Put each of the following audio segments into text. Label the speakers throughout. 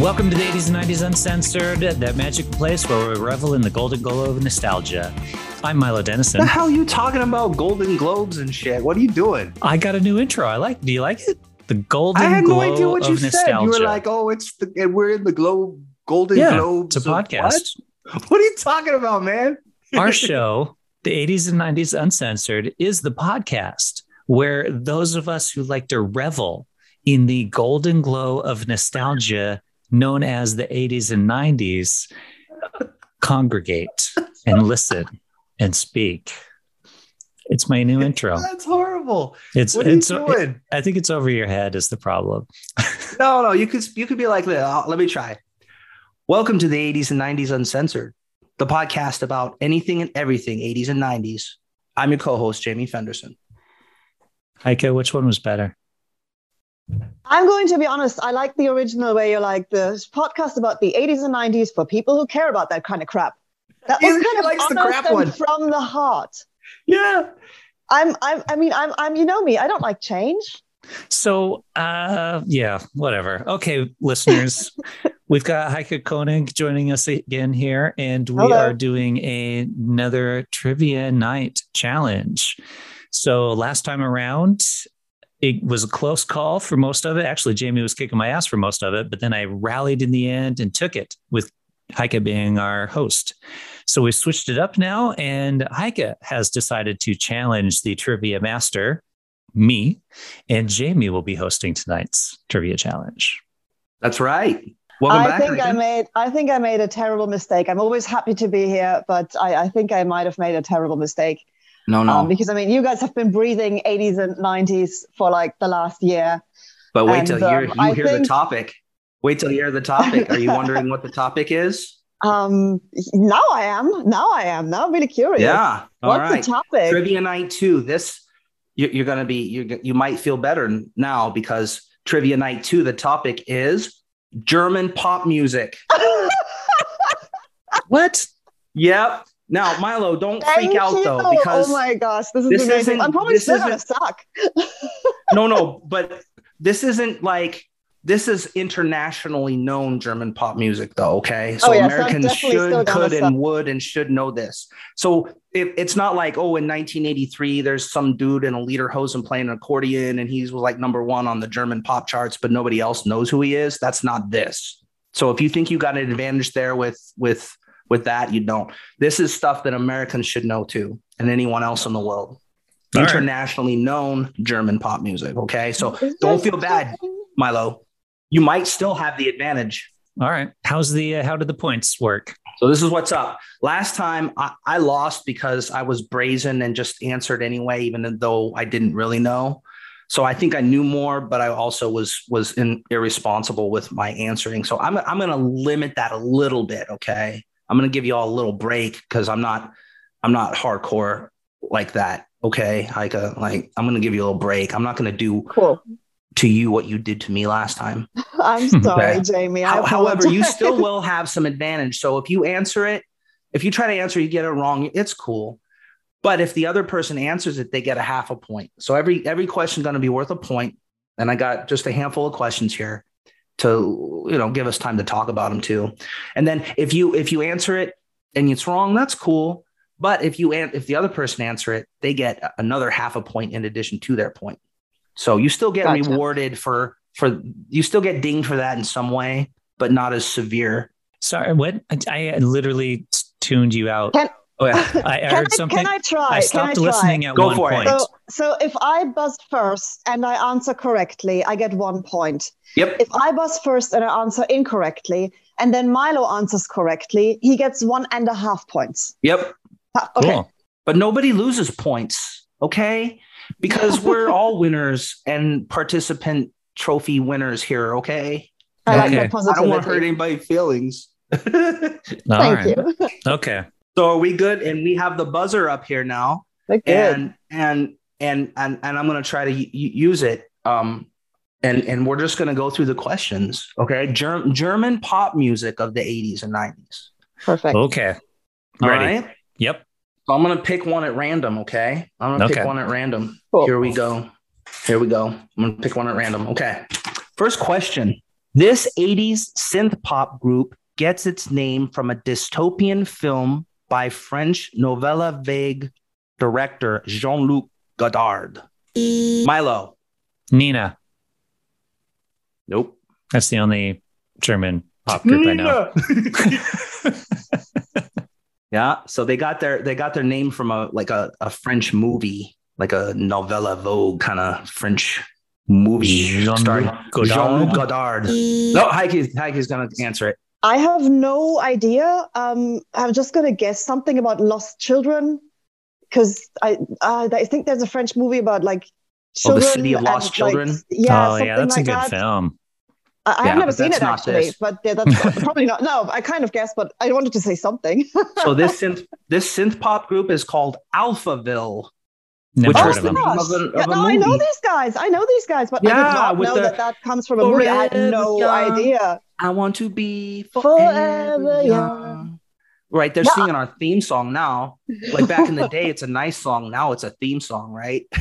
Speaker 1: Welcome to the 80s and 90s Uncensored, that magic place where we revel in the golden glow of nostalgia. I'm Milo Dennison.
Speaker 2: The hell you talking about Golden Globes and shit? What are you doing?
Speaker 1: I got a new intro. I like. Do you like it? The golden.
Speaker 2: I had no
Speaker 1: glow
Speaker 2: idea what you
Speaker 1: of nostalgia.
Speaker 2: said. You were like, "Oh, it's the and we're in the globe, Golden
Speaker 1: Yeah,
Speaker 2: Globes."
Speaker 1: it's a
Speaker 2: of
Speaker 1: podcast.
Speaker 2: What? What are you talking about, man?
Speaker 1: Our show, the 80s and 90s Uncensored, is the podcast where those of us who like to revel in the golden glow of nostalgia, known as the 80s and 90s, congregate and listen and speak. It's my new intro.
Speaker 2: That's horrible.
Speaker 1: It's
Speaker 2: what are you
Speaker 1: it's
Speaker 2: doing?
Speaker 1: I think it's over your head is the problem.
Speaker 2: No, no. You could you could be like, "Uh, "Let me try." Welcome to the '80s and '90s Uncensored, the podcast about anything and everything '80s and '90s. I'm your co-host, Jamie Fenderson.
Speaker 1: Heike, which one was better?
Speaker 3: I'm going to be honest. I like the original where you're like the podcast about the 80s and 90s for people who care about that kind of crap. That
Speaker 2: He-
Speaker 3: was
Speaker 2: he
Speaker 3: kind of
Speaker 2: likes the
Speaker 3: honest
Speaker 2: crap
Speaker 3: and
Speaker 2: one.
Speaker 3: from the heart.
Speaker 2: Yeah,
Speaker 3: I'm, I'm, I mean, I'm, I'm, you know me. I don't like change.
Speaker 1: So, uh, yeah, whatever. Okay, listeners, we've got Heike Koenig joining us again here, and we
Speaker 3: Hello.
Speaker 1: are doing a- another trivia night challenge. So, last time around, it was a close call for most of it. Actually, Jamie was kicking my ass for most of it, but then I rallied in the end and took it with Heike being our host. So we switched it up now, and Heike has decided to challenge the trivia master, me, and Jamie will be hosting tonight's trivia challenge.
Speaker 2: that's right. Welcome
Speaker 3: I
Speaker 2: back.
Speaker 3: think I
Speaker 2: Rita.
Speaker 3: made, I think I made a terrible mistake. I'm always happy to be here, but I, I think I might have made a terrible mistake
Speaker 2: Oh, no, no.
Speaker 3: um, because I mean, you guys have been breathing 80s and 90s for like the last year.
Speaker 2: But wait
Speaker 3: And,
Speaker 2: till you're,
Speaker 3: um,
Speaker 2: you
Speaker 3: I
Speaker 2: hear the
Speaker 3: think-
Speaker 2: topic. Wait till you hear the topic. Are you wondering what the topic is?
Speaker 3: Um, now I am. Now I am. Now I'm really curious.
Speaker 2: Yeah. All
Speaker 3: What's
Speaker 2: right.
Speaker 3: the topic?
Speaker 2: Trivia night two. This you- you're going to be you you might feel better now because trivia night two. The topic is German pop music.
Speaker 1: What?
Speaker 2: Yep. Now Milo, don't
Speaker 3: Thank
Speaker 2: freak out
Speaker 3: you.
Speaker 2: though because
Speaker 3: oh my gosh, this is
Speaker 2: this
Speaker 3: amazing.
Speaker 2: isn't-
Speaker 3: I'm probably
Speaker 2: this
Speaker 3: still gonna suck.
Speaker 2: no no but this isn't like. This is internationally known German pop music, though. Okay, so
Speaker 3: Oh, yeah, so I'm
Speaker 2: Americans
Speaker 3: definitely still
Speaker 2: should,
Speaker 3: gonna
Speaker 2: could,
Speaker 3: suck.
Speaker 2: and would, and should know this. So it, it's not like oh, in 1983, there's some dude in a lederhosen playing an accordion, and he's like number one on the German pop charts, but nobody else knows who he is. That's not this. So if you think you got an advantage there with with with that, you don't. This is stuff that Americans should know too, and anyone else in the world.
Speaker 1: All right.
Speaker 2: Internationally known German pop music. Okay, so
Speaker 3: Is
Speaker 2: don't
Speaker 3: this
Speaker 2: feel bad.
Speaker 3: something-
Speaker 2: Milo, you might still have the advantage.
Speaker 1: All right. How's the uh, how did the points work?
Speaker 2: So this is what's up. Last time I, I lost because I was brazen and just answered anyway, even though I didn't really know. So I think I knew more, but I also was was in, irresponsible with my answering. So I'm I'm going to limit that a little bit. Okay, I'm going to give you all a little break because I'm not I'm not hardcore like that. Okay, Heike, like I'm going to give you a little break. I'm not going to do
Speaker 3: Cool.
Speaker 2: to you what you did to me last time.
Speaker 3: I'm
Speaker 1: Okay.
Speaker 3: sorry, Jamie. I
Speaker 2: How- however, you
Speaker 3: apologize.
Speaker 2: still will have some advantage. So if you answer it, if you try to answer, you get it wrong, it's cool. But if the other person answers it, they get a half a point. So every every question going to be worth a point. And I got just a handful of questions here to you know give us time to talk about them too. And then if you if you answer it and it's wrong, that's cool. But if you an- if the other person answer it, they get another half a point in addition to their point. So you still get
Speaker 3: Gotcha.
Speaker 2: rewarded for for you still get dinged for that in some way, but not as severe.
Speaker 1: Sorry, what I, I literally tuned you out.
Speaker 3: Can-
Speaker 2: Oh yeah.
Speaker 1: I
Speaker 3: can,
Speaker 1: heard
Speaker 3: I,
Speaker 1: something.
Speaker 3: can I try?
Speaker 1: I
Speaker 3: Can
Speaker 1: stopped
Speaker 3: try? Oh,
Speaker 1: listening at
Speaker 2: Go
Speaker 1: one
Speaker 2: for it.
Speaker 1: point.
Speaker 3: So, so if I buzz first and I answer correctly, I get one point.
Speaker 2: Yep.
Speaker 3: If I buzz first and I answer incorrectly, and then Milo answers correctly, he gets one and a half points.
Speaker 2: Yep.
Speaker 3: Uh, Okay.
Speaker 1: Cool.
Speaker 2: But nobody loses points, okay? Because we're all winners and participant trophy winners here, okay?
Speaker 3: I like
Speaker 1: Okay.
Speaker 3: that
Speaker 2: I
Speaker 3: positivity.
Speaker 2: don't want to hurt anybody's feelings.
Speaker 1: All
Speaker 3: Thank
Speaker 1: right.
Speaker 3: you.
Speaker 1: Okay.
Speaker 2: so are we good? And we have the buzzer up here now.
Speaker 3: Look good.
Speaker 2: and and and and, and I'm going to try to y- use it. Um, and and we're just going to go through the questions. Okay, Germ- German pop music of the 80s and 90s.
Speaker 3: Perfect.
Speaker 1: Okay.
Speaker 2: All
Speaker 1: Ready.
Speaker 2: right?
Speaker 1: Yep.
Speaker 2: So I'm going to pick one at random. Okay, I'm going to pick
Speaker 1: Okay.
Speaker 2: one at random.
Speaker 3: Cool.
Speaker 2: Here we go. Here we go. I'm going to pick one at random. Okay. First question. This 80s synth pop group gets its name from a dystopian film by French novella vague director Jean Luc Godard. Milo.
Speaker 1: Nina.
Speaker 2: Nope.
Speaker 1: That's the only German pop group I know.
Speaker 2: yeah. So they got their they got their name from a like a, a French movie, like a novella vogue kind of French movie
Speaker 1: Jean-Luc
Speaker 2: starring
Speaker 1: Godard.
Speaker 2: Jean-Luc Godard. No, Heike's Heike's gonna answer it.
Speaker 3: I have no idea. Um, I'm just going to guess something about lost children because I, uh, I think there's a French movie about like
Speaker 2: Oh, The
Speaker 3: children.
Speaker 2: City of Lost
Speaker 3: and, like,
Speaker 2: Children?
Speaker 3: yeah,
Speaker 1: oh
Speaker 3: something
Speaker 1: yeah, that's
Speaker 3: like
Speaker 1: a good
Speaker 3: that.
Speaker 1: film.
Speaker 3: I, I
Speaker 2: Yeah,
Speaker 3: have never
Speaker 2: but
Speaker 3: seen
Speaker 2: that's
Speaker 3: it
Speaker 2: not
Speaker 3: actually,
Speaker 2: this.
Speaker 3: but yeah, that's probably not. No, I kind of guessed, but I wanted to say something.
Speaker 2: So this synth this synth pop group is called Alphaville.
Speaker 1: Never
Speaker 2: Which
Speaker 3: oh,
Speaker 1: heard
Speaker 2: was
Speaker 1: of
Speaker 2: the
Speaker 1: them.
Speaker 2: name
Speaker 3: gosh.
Speaker 2: of a- of
Speaker 3: yeah,
Speaker 2: a
Speaker 3: no, I know
Speaker 2: movie.
Speaker 3: these guys. I know these guys, but I
Speaker 2: Yeah,
Speaker 3: did not
Speaker 2: with
Speaker 3: know
Speaker 2: the
Speaker 3: that that comes from a movie. I had
Speaker 2: Forever
Speaker 3: no
Speaker 2: Young.
Speaker 3: idea.
Speaker 2: I want to be
Speaker 3: Forever
Speaker 2: forever
Speaker 3: young.
Speaker 2: young. Right, they're
Speaker 3: Yeah.
Speaker 2: singing our theme song now. Like back in the day, it's a nice song. Now it's a theme song, right?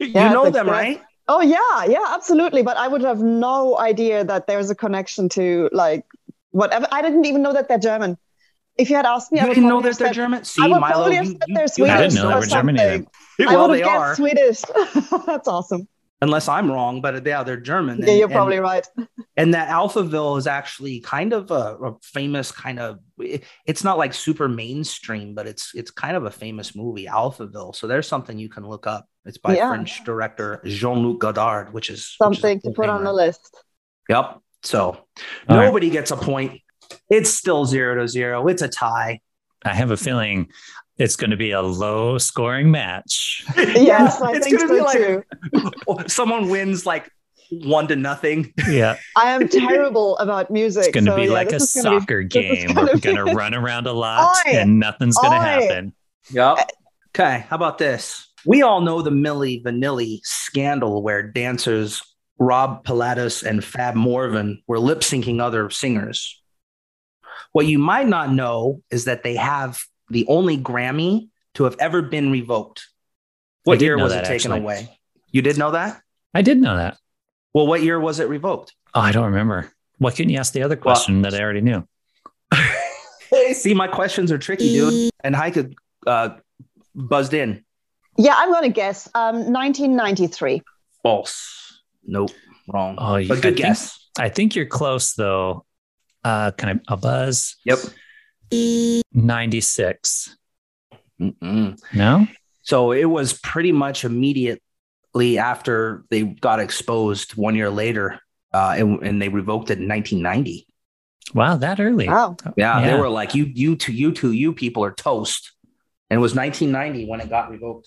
Speaker 3: Yeah,
Speaker 2: you know
Speaker 3: it's
Speaker 2: them,
Speaker 3: exact-
Speaker 2: right?
Speaker 3: Oh yeah, yeah, absolutely. But I would have no idea that there's a connection to like whatever. I didn't even know that they're German. If you had asked me, I
Speaker 2: You
Speaker 3: would
Speaker 2: didn't know
Speaker 3: probably
Speaker 2: that
Speaker 3: have
Speaker 2: they're
Speaker 3: said-
Speaker 2: German. See,
Speaker 3: I would
Speaker 2: Milo,
Speaker 3: probably
Speaker 2: you,
Speaker 3: have
Speaker 2: you,
Speaker 3: said they're
Speaker 2: you
Speaker 3: Swedish.
Speaker 1: I
Speaker 2: have
Speaker 1: didn't know they
Speaker 3: or
Speaker 1: were German either.
Speaker 3: something. I
Speaker 2: Well,
Speaker 3: would
Speaker 2: they
Speaker 3: have
Speaker 2: are,
Speaker 3: guessed Swedish. That's awesome.
Speaker 2: unless I'm wrong. But yeah, they're German.
Speaker 3: yeah,
Speaker 2: And-
Speaker 3: you're
Speaker 2: and-
Speaker 3: probably right.
Speaker 2: and that Alphaville is actually kind of a, a famous kind of. it- It's not like super mainstream, but it's it's kind of a famous movie, Alphaville. So there's something you can look up. It's by
Speaker 3: Yeah.
Speaker 2: French director Jean Luc Godard, which is which is a
Speaker 3: Something to
Speaker 2: cool
Speaker 3: put
Speaker 2: name,
Speaker 3: on the
Speaker 2: right?
Speaker 3: list.
Speaker 2: Yep. So
Speaker 1: All right.
Speaker 2: nobody gets a point. It's still zero to zero. It's a tie.
Speaker 1: I have a
Speaker 3: Hmm.
Speaker 1: feeling it's going to be a low scoring match.
Speaker 3: Yes, I
Speaker 2: it's
Speaker 3: think
Speaker 2: gonna
Speaker 3: so
Speaker 2: be like
Speaker 3: too.
Speaker 2: someone wins like one to nothing.
Speaker 1: Yeah,
Speaker 3: I am terrible about music.
Speaker 1: it's going to
Speaker 3: so
Speaker 1: be
Speaker 3: yeah,
Speaker 1: like a
Speaker 3: this is gonna be-
Speaker 1: soccer
Speaker 3: this is
Speaker 1: game.
Speaker 3: gonna
Speaker 1: We're
Speaker 3: be-
Speaker 1: going to run around a lot
Speaker 3: Oi!
Speaker 1: and nothing's going to
Speaker 3: Oi!
Speaker 1: happen.
Speaker 2: Yep. Okay. How about this? We all know the Millie Vanilli scandal where dancers Rob Pilatus and Fab Morvan were lip syncing other singers. What you might not know is that they have the only Grammy to have ever been revoked.
Speaker 1: I
Speaker 2: What
Speaker 1: did
Speaker 2: year
Speaker 1: know
Speaker 2: was it
Speaker 1: that,
Speaker 2: taken
Speaker 1: actually.
Speaker 2: away? You did know that?
Speaker 1: I did know that.
Speaker 2: Well, what year was it revoked?
Speaker 1: Oh, I don't remember. Why couldn't you ask the other
Speaker 2: Well-
Speaker 1: question that I already knew?
Speaker 2: See, my questions are tricky, dude. And Heike uh, buzzed in.
Speaker 3: Yeah, I'm going to guess um, 1993.
Speaker 2: False. Nope. Wrong.
Speaker 1: Oh, you-
Speaker 2: but
Speaker 1: I
Speaker 2: good
Speaker 1: think-
Speaker 2: guess.
Speaker 1: I think you're close though. Uh, kind of a buzz.
Speaker 2: Yep.
Speaker 1: 96.
Speaker 2: Mm-mm.
Speaker 1: No?
Speaker 2: So it was pretty much immediately after they got exposed one year later, uh, and, and they revoked it in 1990.
Speaker 1: Wow, that early.
Speaker 3: Wow.
Speaker 2: Yeah,
Speaker 1: Yeah.
Speaker 2: they were like, "You, you two, you two, you people are toast." And it was 1990 when it got revoked.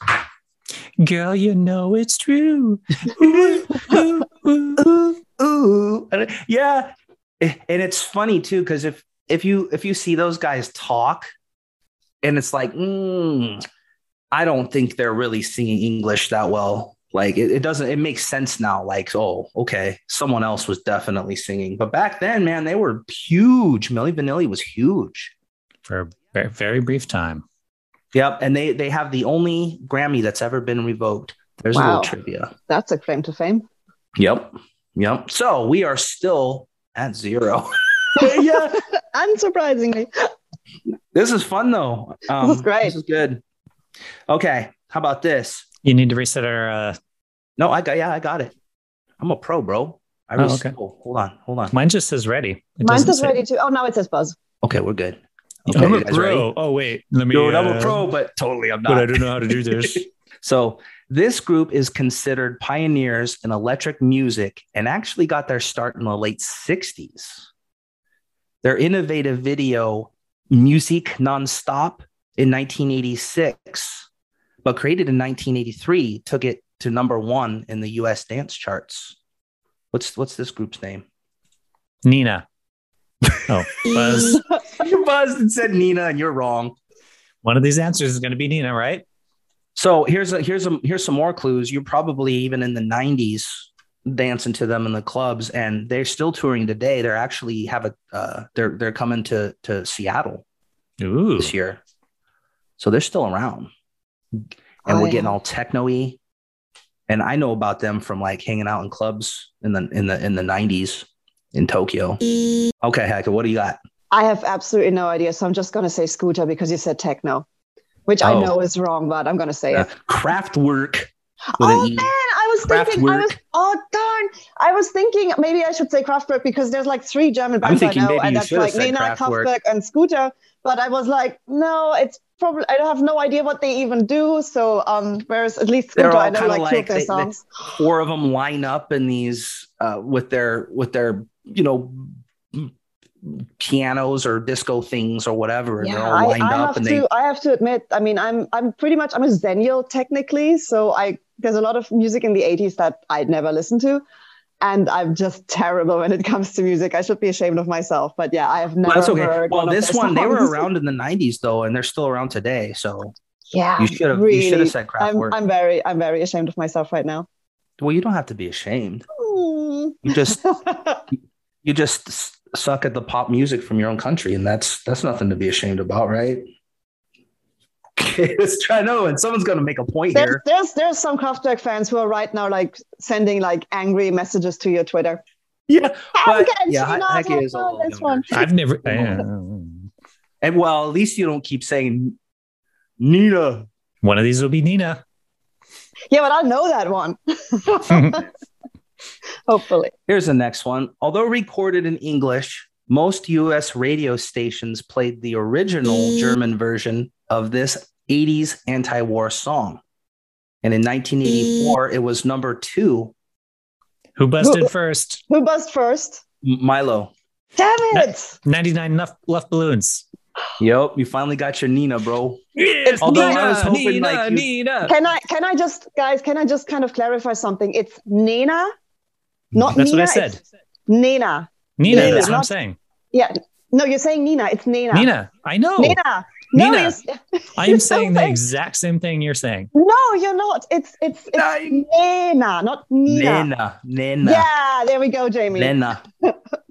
Speaker 1: Girl, you know it's true. Ooh, ooh.
Speaker 2: ooh, ooh. And it- yeah, eh, and it's funny too because if if you if you see those guys talk, and it's like, mm, I don't think they're really singing English that well. Like it, it doesn't. It makes sense now. Like, oh, okay, someone else was definitely singing, but back then, man, they were huge. Millie Vanilli was huge.
Speaker 1: For a very, very brief time.
Speaker 2: Yep, and they they have the only Grammy that's ever been revoked. There's a
Speaker 3: Wow.
Speaker 2: little trivia.
Speaker 3: That's a claim to fame.
Speaker 2: Yep, yep. So we are still at zero. yeah,
Speaker 3: Unsurprisingly.
Speaker 2: This is fun though. Um,
Speaker 3: This is great.
Speaker 2: This is good. Okay, how about this?
Speaker 1: You need to reset our. Uh,
Speaker 2: No, I got yeah, I got it. I'm a pro, bro. I
Speaker 1: Oh,
Speaker 2: really
Speaker 1: okay.
Speaker 2: oh, hold on, hold on.
Speaker 1: mine just says ready. It
Speaker 3: Mine
Speaker 1: doesn't
Speaker 3: says
Speaker 1: say-
Speaker 3: ready to. Oh, now it says buzz.
Speaker 2: Okay, we're good. Okay,
Speaker 1: I'm
Speaker 2: you
Speaker 1: a
Speaker 2: guys ready?
Speaker 1: pro. Oh, wait. Let me.
Speaker 2: Dude, I'm a
Speaker 1: uh,
Speaker 2: pro, but totally I'm
Speaker 1: But I
Speaker 2: not.
Speaker 1: don't know how to do this.
Speaker 2: So this group is considered pioneers in electric music and actually got their start in the late 60s. Their innovative video, Music Nonstop, in 1986, but created in 1983, took it to number one in the US dance charts. What's what's this group's name?
Speaker 1: Nina. Oh, Buzz.
Speaker 2: You buzzed and said Nina, and you're wrong.
Speaker 1: One of these answers is going to be Nina, right?
Speaker 2: So here's a, here's a, here's some more clues. You're probably even in the 90s dancing to them in the clubs, and they're still touring today. They're actually have a uh, they're they're coming to to Seattle
Speaker 1: Ooh.
Speaker 2: this year, so they're still around. And
Speaker 3: Oh,
Speaker 2: we're getting
Speaker 3: yeah.
Speaker 2: all techno-y. and I know about them from like hanging out in clubs in the in the in the 90s.
Speaker 3: E.
Speaker 2: in Tokyo. Okay, Hacker, what do you got?
Speaker 3: I have absolutely no idea. So I'm just going to say scooter because you said techno, which I
Speaker 2: Oh.
Speaker 3: know is wrong, but I'm going to say
Speaker 2: Uh,
Speaker 3: it.
Speaker 2: Kraftwerk. with an
Speaker 3: Oh
Speaker 2: E.
Speaker 3: man, I was thinking. I was
Speaker 2: Kraftwerk.
Speaker 3: oh darn, I was thinking maybe I should say Kraftwerk because there's like three German
Speaker 2: I'm
Speaker 3: bands I
Speaker 2: thinking
Speaker 3: know,
Speaker 2: maybe
Speaker 3: and
Speaker 2: you
Speaker 3: that's
Speaker 2: should have
Speaker 3: like
Speaker 2: said
Speaker 3: Nena,
Speaker 2: Kraftwerk.
Speaker 3: Kraftwerk, and Scooter. But I was like, no, it's probably I have no idea what they even do. So um, whereas at least
Speaker 2: They're
Speaker 3: Scooter, I
Speaker 2: all
Speaker 3: know
Speaker 2: kinda
Speaker 3: like, two
Speaker 2: like
Speaker 3: of their
Speaker 2: they- they-
Speaker 3: songs.
Speaker 2: Four of them line up in these uh, with their with their you know pianos or disco things or whatever, and they're
Speaker 3: Yeah,
Speaker 2: all
Speaker 3: I,
Speaker 2: lined
Speaker 3: I
Speaker 2: up
Speaker 3: have
Speaker 2: and
Speaker 3: to.
Speaker 2: they
Speaker 3: I have to admit. I mean, I'm I'm pretty much I'm a Zenial technically, so I there's a lot of music in the '80s that I'd never listened to, and I'm just terrible when it comes to music. I should be ashamed of myself, but yeah, I have never.
Speaker 2: Well, that's okay.
Speaker 3: Heard
Speaker 2: Well,
Speaker 3: one
Speaker 2: this
Speaker 3: of their
Speaker 2: one they were
Speaker 3: songs.
Speaker 2: around in the '90s though, and they're still around today. So
Speaker 3: Yeah,
Speaker 2: you should have
Speaker 3: Ah, really.
Speaker 2: you should have said
Speaker 3: I'm,
Speaker 2: Kraftwerk.
Speaker 3: I'm very I'm very ashamed of myself right now.
Speaker 2: well, you don't have to be ashamed.
Speaker 3: Hmm.
Speaker 2: You just you just s- suck at the pop music from your own country, and that's that's nothing to be ashamed about, right? Okay, let's try another one. Someone's going to make a point
Speaker 3: there's,
Speaker 2: here.
Speaker 3: there's there's some Kraftwerk fans who are right now like sending like angry messages to your Twitter.
Speaker 2: Yeah,
Speaker 3: How
Speaker 2: but
Speaker 3: can
Speaker 2: yeah,
Speaker 3: she not
Speaker 2: Heike
Speaker 3: have
Speaker 2: is a
Speaker 3: known
Speaker 2: little
Speaker 3: this
Speaker 2: younger.
Speaker 3: one?
Speaker 1: I've never. I,
Speaker 2: and well, at least you don't keep saying Nina.
Speaker 1: one of these will be Nina.
Speaker 3: Yeah, but I know that one. Hopefully.
Speaker 2: Here's the next one. Although recorded in English, most US radio stations played the original
Speaker 3: Mm.
Speaker 2: German version of this 80s anti war song. And in
Speaker 3: Mm.
Speaker 2: 1984, it was number two,
Speaker 1: Who busted first?
Speaker 3: Who buzzed first?
Speaker 2: M- Milo.
Speaker 3: Damn it!
Speaker 1: 99 left, left balloons.
Speaker 2: Yep, you finally got your Nina, bro.
Speaker 1: It's
Speaker 2: Although I was hoping, like, you-
Speaker 1: Nina.
Speaker 3: Can I can I just guys, can I just kind of clarify something? It's Nena, not
Speaker 1: That's
Speaker 3: Nina.
Speaker 1: what I said.
Speaker 3: it's Nena.
Speaker 1: Nina,
Speaker 2: Nina.
Speaker 1: that's what I'm
Speaker 3: Not-
Speaker 1: saying.
Speaker 3: No, you're saying Nina, it's Nena.
Speaker 1: Nina, I know.
Speaker 3: Nena. No,
Speaker 1: Nina.
Speaker 3: you're-
Speaker 1: I am
Speaker 3: You're
Speaker 1: saying the
Speaker 3: so-
Speaker 1: exact same thing you're saying.
Speaker 3: no, you're not. It's it's it's
Speaker 2: Nine.
Speaker 3: Nena, not Nina.
Speaker 2: Nina, Nina,
Speaker 3: Yeah, there we go, Jamie.
Speaker 2: Nina.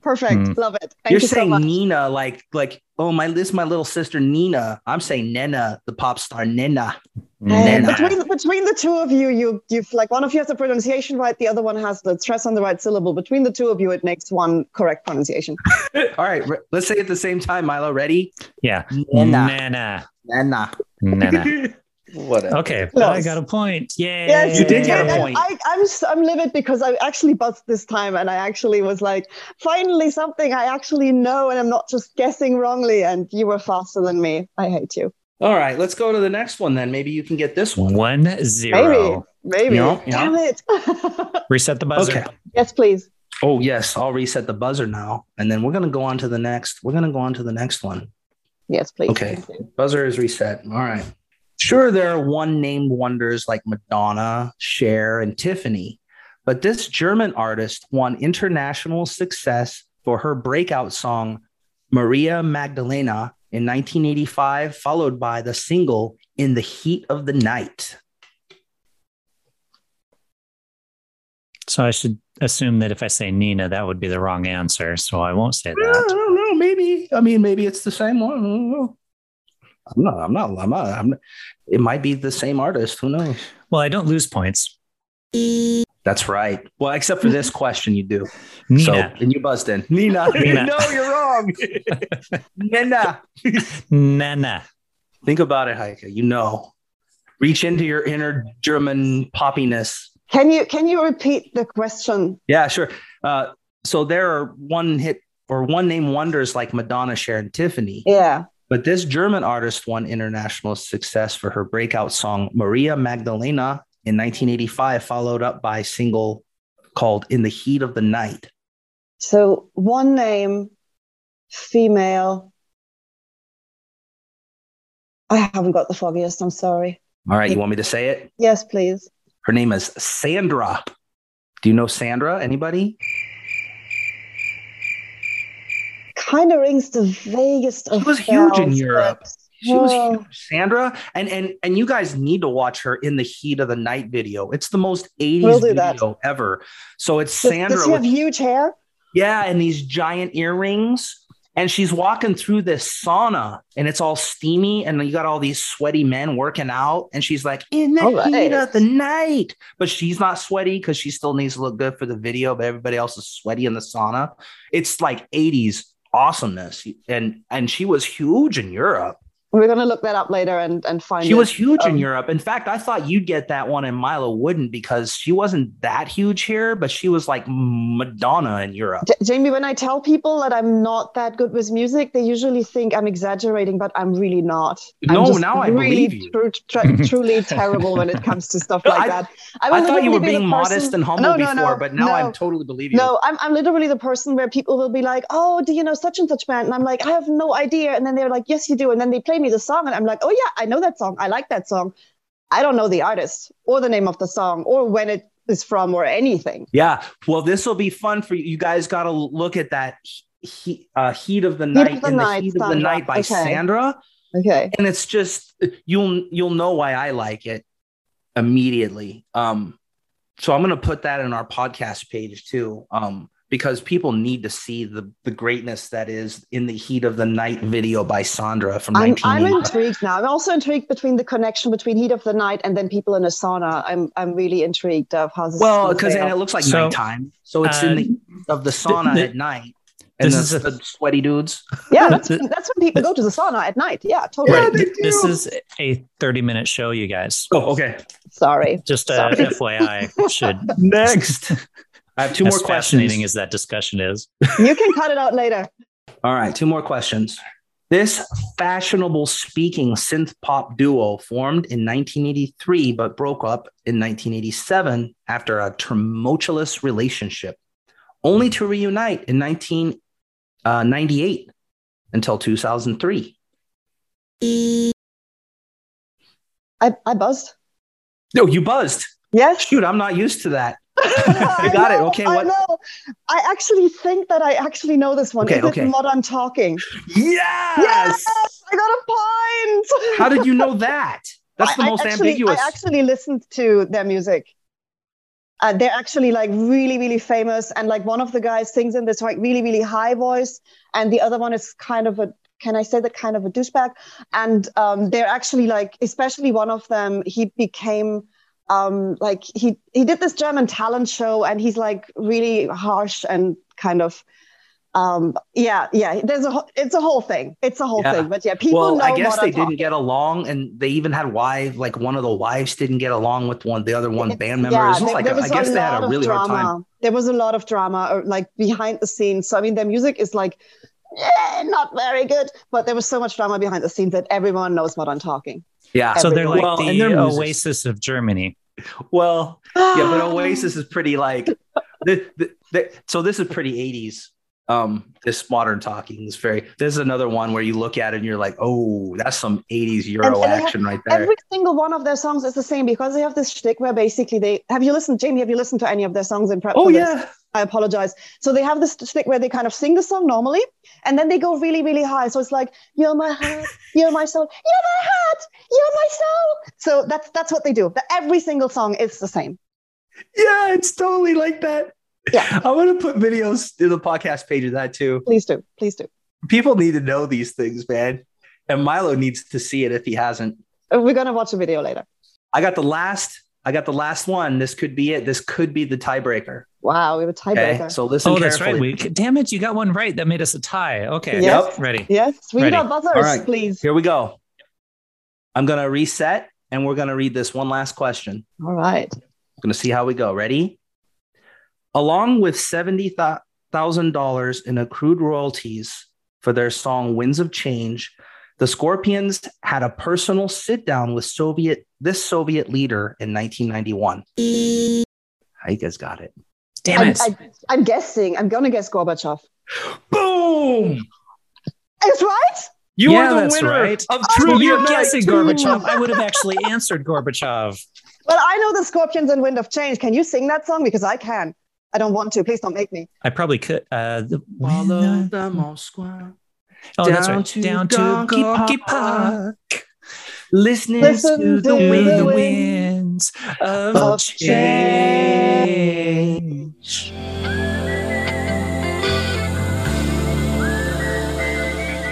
Speaker 3: Perfect.
Speaker 1: Hmm.
Speaker 3: Love it. Thank
Speaker 2: You're
Speaker 3: you so
Speaker 2: saying
Speaker 3: much.
Speaker 2: Nina like like oh my this is my little sister Nina. I'm saying Nena, the pop star Nena.
Speaker 3: Hey,
Speaker 2: Nena.
Speaker 3: between between the two of you, you you've like one of you has the pronunciation right, the other one has the stress on the right syllable. Between the two of you, it makes one correct pronunciation.
Speaker 2: All right, re- let's say it at the same time, Milo. Ready?
Speaker 1: Yeah.
Speaker 2: Nena.
Speaker 1: Nana.
Speaker 2: Nana.
Speaker 1: Nana.
Speaker 2: Whatever.
Speaker 1: Okay. Well, I
Speaker 3: Close.
Speaker 1: got a point. Yay.
Speaker 3: Yes,
Speaker 2: You did get a
Speaker 3: and
Speaker 2: point.
Speaker 3: I, I'm s- I'm livid because I actually buzzed this time, and I actually was like, finally something I actually know, and I'm not just guessing wrongly. And you were faster than me. I hate you.
Speaker 2: All right, let's go to the next one then. Maybe you can get this one.
Speaker 1: One
Speaker 3: Maybe,
Speaker 1: zero.
Speaker 3: maybe.
Speaker 2: Yeah, yeah.
Speaker 3: Damn it.
Speaker 1: Reset the buzzer.
Speaker 2: Okay.
Speaker 3: yes, please.
Speaker 2: Oh, yes. I'll reset the buzzer now. And then we're going to go on to the next. We're going to go on to the next one.
Speaker 3: Yes, please.
Speaker 2: Okay. Buzzer is reset. All right. Sure, there are one named wonders like Madonna, Cher, and Tiffany, but this German artist won international success for her breakout song Maria Magdalena in 1985, followed by the single In the Heat of the Night.
Speaker 1: So I should assume that if I say Nina, that would be the wrong answer. So I won't say
Speaker 2: Well, I
Speaker 1: that.
Speaker 2: don't know. Maybe. I mean, maybe it's the same one. I don't know. I'm not. I'm not. I'm not. I'm not. It might be the same artist. Who knows?
Speaker 1: Well, I don't lose points.
Speaker 2: That's right. Well, except for this question, you do.
Speaker 1: Nina.
Speaker 2: So, and you buzzed in. Nina.
Speaker 1: Nina.
Speaker 2: no, you're wrong. Nina.
Speaker 1: Nana.
Speaker 2: Think about it, Heike. You know. Reach into your inner German poppiness.
Speaker 3: Can you can you repeat the question?
Speaker 2: Yeah, sure. Uh, so there are one hit or one name wonders like Madonna, Cher, and Tiffany.
Speaker 3: Yeah.
Speaker 2: But this German artist won international success for her breakout song Maria Magdalena in 1985, followed up by a single called In the Heat of the Night.
Speaker 3: So one name, female. I haven't got the foggiest. I'm sorry.
Speaker 2: All right, you want me to say it?
Speaker 3: Yes, please.
Speaker 2: Her name is Sandra. Do you know Sandra? Anybody?
Speaker 3: Kind of rings the vaguest of
Speaker 2: She was huge in
Speaker 3: bells,
Speaker 2: Europe.
Speaker 3: but-
Speaker 2: She was
Speaker 3: Well,
Speaker 2: huge. Sandra. And and and you guys need to watch her in the heat of the night video. It's the most 80s
Speaker 3: We'll do
Speaker 2: video
Speaker 3: that.
Speaker 2: ever. So it's
Speaker 3: Does,
Speaker 2: Sandra
Speaker 3: does she
Speaker 2: with
Speaker 3: have huge hair?
Speaker 2: yeah, and these giant earrings. and she's walking through this sauna and it's all steamy and you got all these sweaty men working out and she's like in the
Speaker 3: All right.
Speaker 2: heat of the night but she's not sweaty because she still needs to look good for the video but everybody else is sweaty in the sauna it's like 80s awesomeness and and she was huge in europe
Speaker 3: We're gonna look that up later and and find.
Speaker 2: she
Speaker 3: it.
Speaker 2: was huge in
Speaker 3: Um,
Speaker 2: europe in fact i thought you'd get that one and milo wouldn't because she wasn't that huge here but she was like madonna in europe
Speaker 3: Ja- Jamie, when I tell people that I'm not that good with music, they usually think I'm exaggerating, but I'm really not. I'm
Speaker 2: No,
Speaker 3: just
Speaker 2: now I
Speaker 3: really
Speaker 2: believe you.
Speaker 3: tru- tru- truly terrible when it comes to stuff
Speaker 2: No,
Speaker 3: like
Speaker 2: I-
Speaker 3: that.
Speaker 2: I
Speaker 3: will
Speaker 2: thought you were
Speaker 3: literally be the
Speaker 2: being modest
Speaker 3: person-
Speaker 2: and humble
Speaker 3: No, no,
Speaker 2: before,
Speaker 3: no,
Speaker 2: but now
Speaker 3: no.
Speaker 2: I'm totally believe you.
Speaker 3: No, I'm, I'm literally the person where people will be like, oh, do you know such and such band? And I'm like, I have no idea. And then they're like, yes, you do. And then they play me the song. And I'm like, oh, yeah, I know that song. I like that song. I don't know the artist or the name of the song or when it is from or anything.
Speaker 2: Yeah. Well, this will be fun for you. You guys got to look at that he, uh, heat of the
Speaker 3: of
Speaker 2: night
Speaker 3: the
Speaker 2: in the
Speaker 3: Night,
Speaker 2: heat of the
Speaker 3: Sandra.
Speaker 2: night by
Speaker 3: Okay.
Speaker 2: Sandra,
Speaker 3: Okay.
Speaker 2: and it's just you'll you'll know why I like it immediately. Um, so I'm gonna put that in our podcast page too, um, because people need to see the the greatness that is in the heat of the night video by Sandra from
Speaker 3: I'm,
Speaker 2: 1980.
Speaker 3: I'm intrigued now. I'm also intrigued between the connection between Heat of the Night and then People in a Sauna. I'm, I'm really intrigued of how this
Speaker 2: well,
Speaker 3: is gonna
Speaker 2: because
Speaker 3: play
Speaker 2: and it
Speaker 3: out.
Speaker 2: looks like
Speaker 1: So,
Speaker 2: nighttime, so it's in the
Speaker 1: Uh,
Speaker 2: heat of the sauna
Speaker 1: the-
Speaker 2: at night. And
Speaker 1: this
Speaker 2: the,
Speaker 1: is a-
Speaker 2: the sweaty dudes.
Speaker 3: Yeah, that's,
Speaker 1: the-
Speaker 3: that's when people go to the sauna at night. Yeah, totally.
Speaker 2: Yeah,
Speaker 1: Right.
Speaker 2: they
Speaker 1: th- This
Speaker 2: do.
Speaker 1: is a 30 minute show, you guys.
Speaker 2: Oh, okay.
Speaker 3: Sorry.
Speaker 1: Just uh,
Speaker 3: Sorry.
Speaker 1: FYI, should
Speaker 2: Next. I have two more
Speaker 1: as fascinating
Speaker 2: questions.
Speaker 1: as that discussion is.
Speaker 3: You can cut it out later.
Speaker 2: All right, two more questions. This fashionable speaking synth pop duo formed in 1983 but broke up in 1987 after a tumultuous relationship, only to reunite in 1998 until 2003.
Speaker 3: I, I buzzed.
Speaker 2: No, you buzzed.
Speaker 3: Yes.
Speaker 2: Shoot, I'm not used to that.
Speaker 3: I
Speaker 2: got it.
Speaker 3: know,
Speaker 2: Okay,
Speaker 3: I
Speaker 2: what-
Speaker 3: know. I actually think that I actually know this one.
Speaker 2: Okay,
Speaker 3: Is
Speaker 2: okay.
Speaker 3: it modern talking?
Speaker 2: Yes!
Speaker 3: I got a point.
Speaker 2: How did you know that? That's the
Speaker 3: I- I
Speaker 2: most
Speaker 3: actually-
Speaker 2: ambiguous.
Speaker 3: I actually listened to their music. Uh, they're actually like really, really famous, and like one of the guys sings in this like really, really high voice, and the other one is kind of a can I say that kind of a douchebag? And um, they're actually like, especially one of them, he became um, like he he did this German talent show, and he's like really harsh and kind of. Um, yeah, yeah. There's a whole, it's a whole thing. It's a whole
Speaker 2: Yeah.
Speaker 3: thing. But yeah, people
Speaker 2: well,
Speaker 3: know
Speaker 2: I guess
Speaker 3: what
Speaker 2: they
Speaker 3: I'm talking
Speaker 2: didn't get along, and they even had wives. Like one of the wives didn't get along with one the other one
Speaker 3: It's-
Speaker 2: band member. It's
Speaker 3: there-
Speaker 2: like
Speaker 3: there
Speaker 2: I
Speaker 3: was
Speaker 2: guess they had
Speaker 3: lot
Speaker 2: a
Speaker 3: of
Speaker 2: really hard
Speaker 3: drama.
Speaker 2: time.
Speaker 3: There was a lot of drama, or like behind the scenes. So I mean, their music is like eh, not very good, but there was so much drama behind the scenes that everyone knows what I'm talking.
Speaker 2: Yeah.
Speaker 1: So they're like
Speaker 2: Well,
Speaker 1: the
Speaker 2: and their music.
Speaker 1: oasis of Germany.
Speaker 2: well, yeah, but Oasis is pretty like. the, the, the, so this is pretty '80s. Um, this modern talking is very. There's another one where you look at it and you're like, oh, that's some '80s Euro
Speaker 3: and they have
Speaker 2: action right there.
Speaker 3: Every single one of their songs is the same because they have this shtick where basically they have you listened, Jamie? Have you listened to any of their songs in prep?
Speaker 2: oh
Speaker 3: for this?
Speaker 2: yeah.
Speaker 3: I apologize. So they have this shtick where they kind of sing the song normally, and then they go really, really high. So it's like, "You're my heart, you're my soul, you're my heart, you're my soul." So that's that's what they do. That every single song is the same.
Speaker 2: Yeah, it's totally like that.
Speaker 3: Yeah.
Speaker 2: I'm gonna put videos in the podcast page of that too.
Speaker 3: Please do, please do.
Speaker 2: people need to know these things, man. And Milo needs to see it if he hasn't.
Speaker 3: Uh, We're gonna watch a video later.
Speaker 2: I got the last. I got the last one. This could be it. This could be the tiebreaker.
Speaker 3: Wow, we have a
Speaker 2: Okay.
Speaker 3: tiebreaker.
Speaker 2: So listen
Speaker 1: Oh, that's
Speaker 2: carefully.
Speaker 1: right. We, damn it, you got one right. That made us a tie. Okay.
Speaker 3: Yes.
Speaker 1: Yep. Ready.
Speaker 3: yes, we need
Speaker 1: Ready.
Speaker 3: our buzzers,
Speaker 2: All right.
Speaker 3: please.
Speaker 2: Here we go. I'm gonna reset, and we're gonna read this one last question.
Speaker 3: All right.
Speaker 2: Going to see how we go. Ready? Along with $70,000 in accrued royalties for their song Winds of Change, the Scorpions had a personal sit down with Soviet this Soviet leader in 1991. How you guys got it?
Speaker 1: Damn
Speaker 3: I'm,
Speaker 1: it.
Speaker 3: I, I'm guessing. I'm gonna guess Gorbachev.
Speaker 2: Boom!
Speaker 3: It's right.
Speaker 2: You
Speaker 1: Yeah,
Speaker 2: are the
Speaker 1: that's
Speaker 2: winner
Speaker 1: right.
Speaker 2: of
Speaker 1: Well,
Speaker 2: Trivia
Speaker 1: you're
Speaker 2: Night.
Speaker 1: guessing Gorbachev. I would have actually answered Gorbachev.
Speaker 3: Well, I know the Scorpions and Wind of Change. Can you sing that song? Because I can. I don't want to. Please don't make me.
Speaker 1: I probably could. Uh, the,
Speaker 2: Follow the Moscow
Speaker 1: oh, that's right. down to
Speaker 2: Donkey
Speaker 1: Donkey
Speaker 2: Park.
Speaker 1: Park.
Speaker 2: Listening
Speaker 3: Listen
Speaker 2: to the
Speaker 3: to the
Speaker 2: wind.
Speaker 1: the
Speaker 3: wind.
Speaker 1: winds of,
Speaker 3: Of
Speaker 1: change.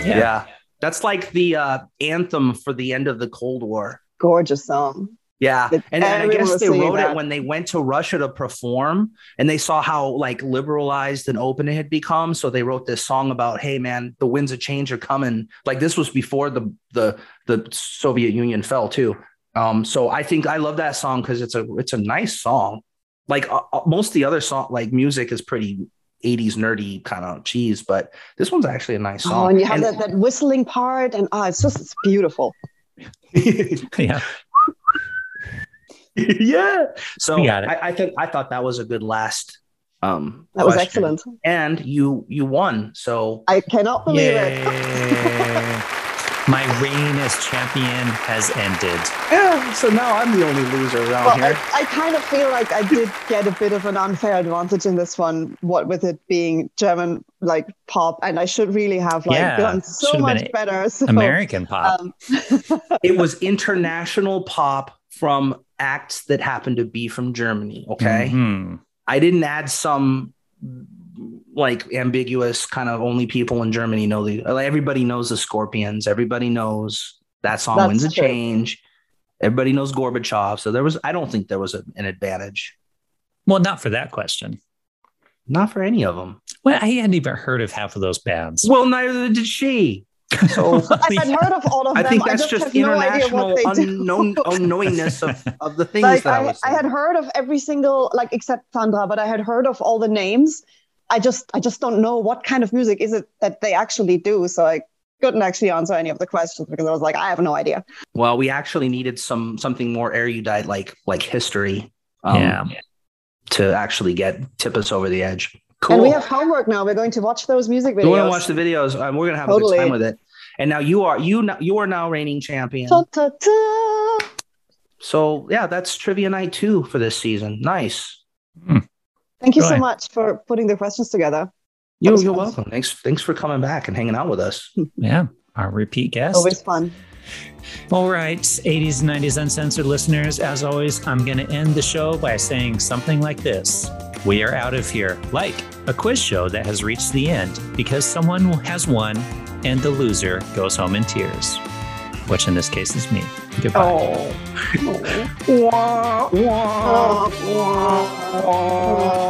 Speaker 1: Yeah.
Speaker 2: That's like the uh, anthem for the end of the Cold War.
Speaker 3: Gorgeous song.
Speaker 2: Yeah.
Speaker 3: That
Speaker 2: And, and I
Speaker 3: everyone
Speaker 2: guess
Speaker 3: was
Speaker 2: they
Speaker 3: singing
Speaker 2: wrote it
Speaker 3: that.
Speaker 2: when they went to Russia to perform and they saw how like liberalized and open it had become. So they wrote this song about, hey man, the winds of change are coming. Like this was before the the the Soviet Union fell too. Um, so I think I love that song because it's a it's a nice song. Like uh, uh, most of the other song, like music is pretty 80s nerdy kind of cheese, but this one's actually a nice song.
Speaker 3: Oh, and you have
Speaker 2: And- Oh,
Speaker 3: that, that whistling part, and ah, it's just it's beautiful.
Speaker 1: Yeah.
Speaker 2: yeah. So
Speaker 1: We got it.
Speaker 2: I, I think I thought that was a good last. Um,
Speaker 3: That was
Speaker 2: question.
Speaker 3: excellent.
Speaker 2: And you you won. So
Speaker 3: I cannot believe it.
Speaker 1: Yay. My reign as champion has ended.
Speaker 2: yeah. So now I'm the only loser around
Speaker 3: Well,
Speaker 2: here.
Speaker 3: I, I kind of feel like I did get a bit of an unfair advantage in this one, what with it being German like pop, and I should really have like
Speaker 1: Yeah,
Speaker 3: done so
Speaker 1: should've been
Speaker 3: much
Speaker 1: a-
Speaker 3: better. So,
Speaker 1: American pop.
Speaker 3: um,
Speaker 2: It was international pop from acts that happened to be from Germany. Okay.
Speaker 1: Mhm.
Speaker 2: I didn't add some like ambiguous kind of only people in Germany know the like, everybody knows the Scorpions. Everybody knows that song
Speaker 3: That's
Speaker 2: wins a
Speaker 3: true.
Speaker 2: change. Everybody knows Gorbachev. So there was I don't think there was a- an advantage.
Speaker 1: Well, not for that question.
Speaker 2: Not for any of them.
Speaker 1: Well, I hadn't even heard of half of those bands.
Speaker 2: Well, neither did she. So
Speaker 1: Well,
Speaker 3: I had heard of all of
Speaker 2: I
Speaker 3: them.
Speaker 2: think
Speaker 3: I
Speaker 2: that's just,
Speaker 3: just, have no idea
Speaker 2: international
Speaker 3: what they do.
Speaker 2: unknown unknowingness of, of the things
Speaker 3: like
Speaker 2: that I,
Speaker 3: I,
Speaker 2: was
Speaker 3: I had
Speaker 2: saying.
Speaker 3: heard of every single like except Sandra, but I had heard of all the names. I just I just don't know what kind of music is it that they actually do. So I couldn't actually answer any of the questions because I was like, I have no idea.
Speaker 2: Well, we actually needed some something more erudite like like history. um,
Speaker 1: Yeah.
Speaker 2: To actually get tip us over the edge. Cool.
Speaker 3: And we have homework now. We're going to watch those music
Speaker 2: You want to
Speaker 3: videos.
Speaker 2: watch the videos? Um, we're gonna have a
Speaker 3: Totally.
Speaker 2: good time with it. And now you are you n- you are now reigning champion.
Speaker 3: Ta, ta, ta.
Speaker 2: So yeah, that's trivia night two for this season. Nice.
Speaker 3: Thank you so
Speaker 1: Right.
Speaker 3: much for putting the questions together. That
Speaker 2: You,
Speaker 3: was
Speaker 2: you're
Speaker 3: fun.
Speaker 2: welcome. Thanks thanks for coming back and hanging out with us.
Speaker 1: yeah. Our repeat guest.
Speaker 3: Always fun.
Speaker 1: All right, 80s and 90s uncensored listeners, as always, I'm going to end the show by saying something like this We are out of here, like a quiz show that has reached the end because someone has won and the loser goes home in tears, which in this case is me.
Speaker 2: 어.
Speaker 1: Goodbye.
Speaker 3: Oh.
Speaker 2: Wah, wah,
Speaker 3: Oh. 어.
Speaker 2: wah, wah.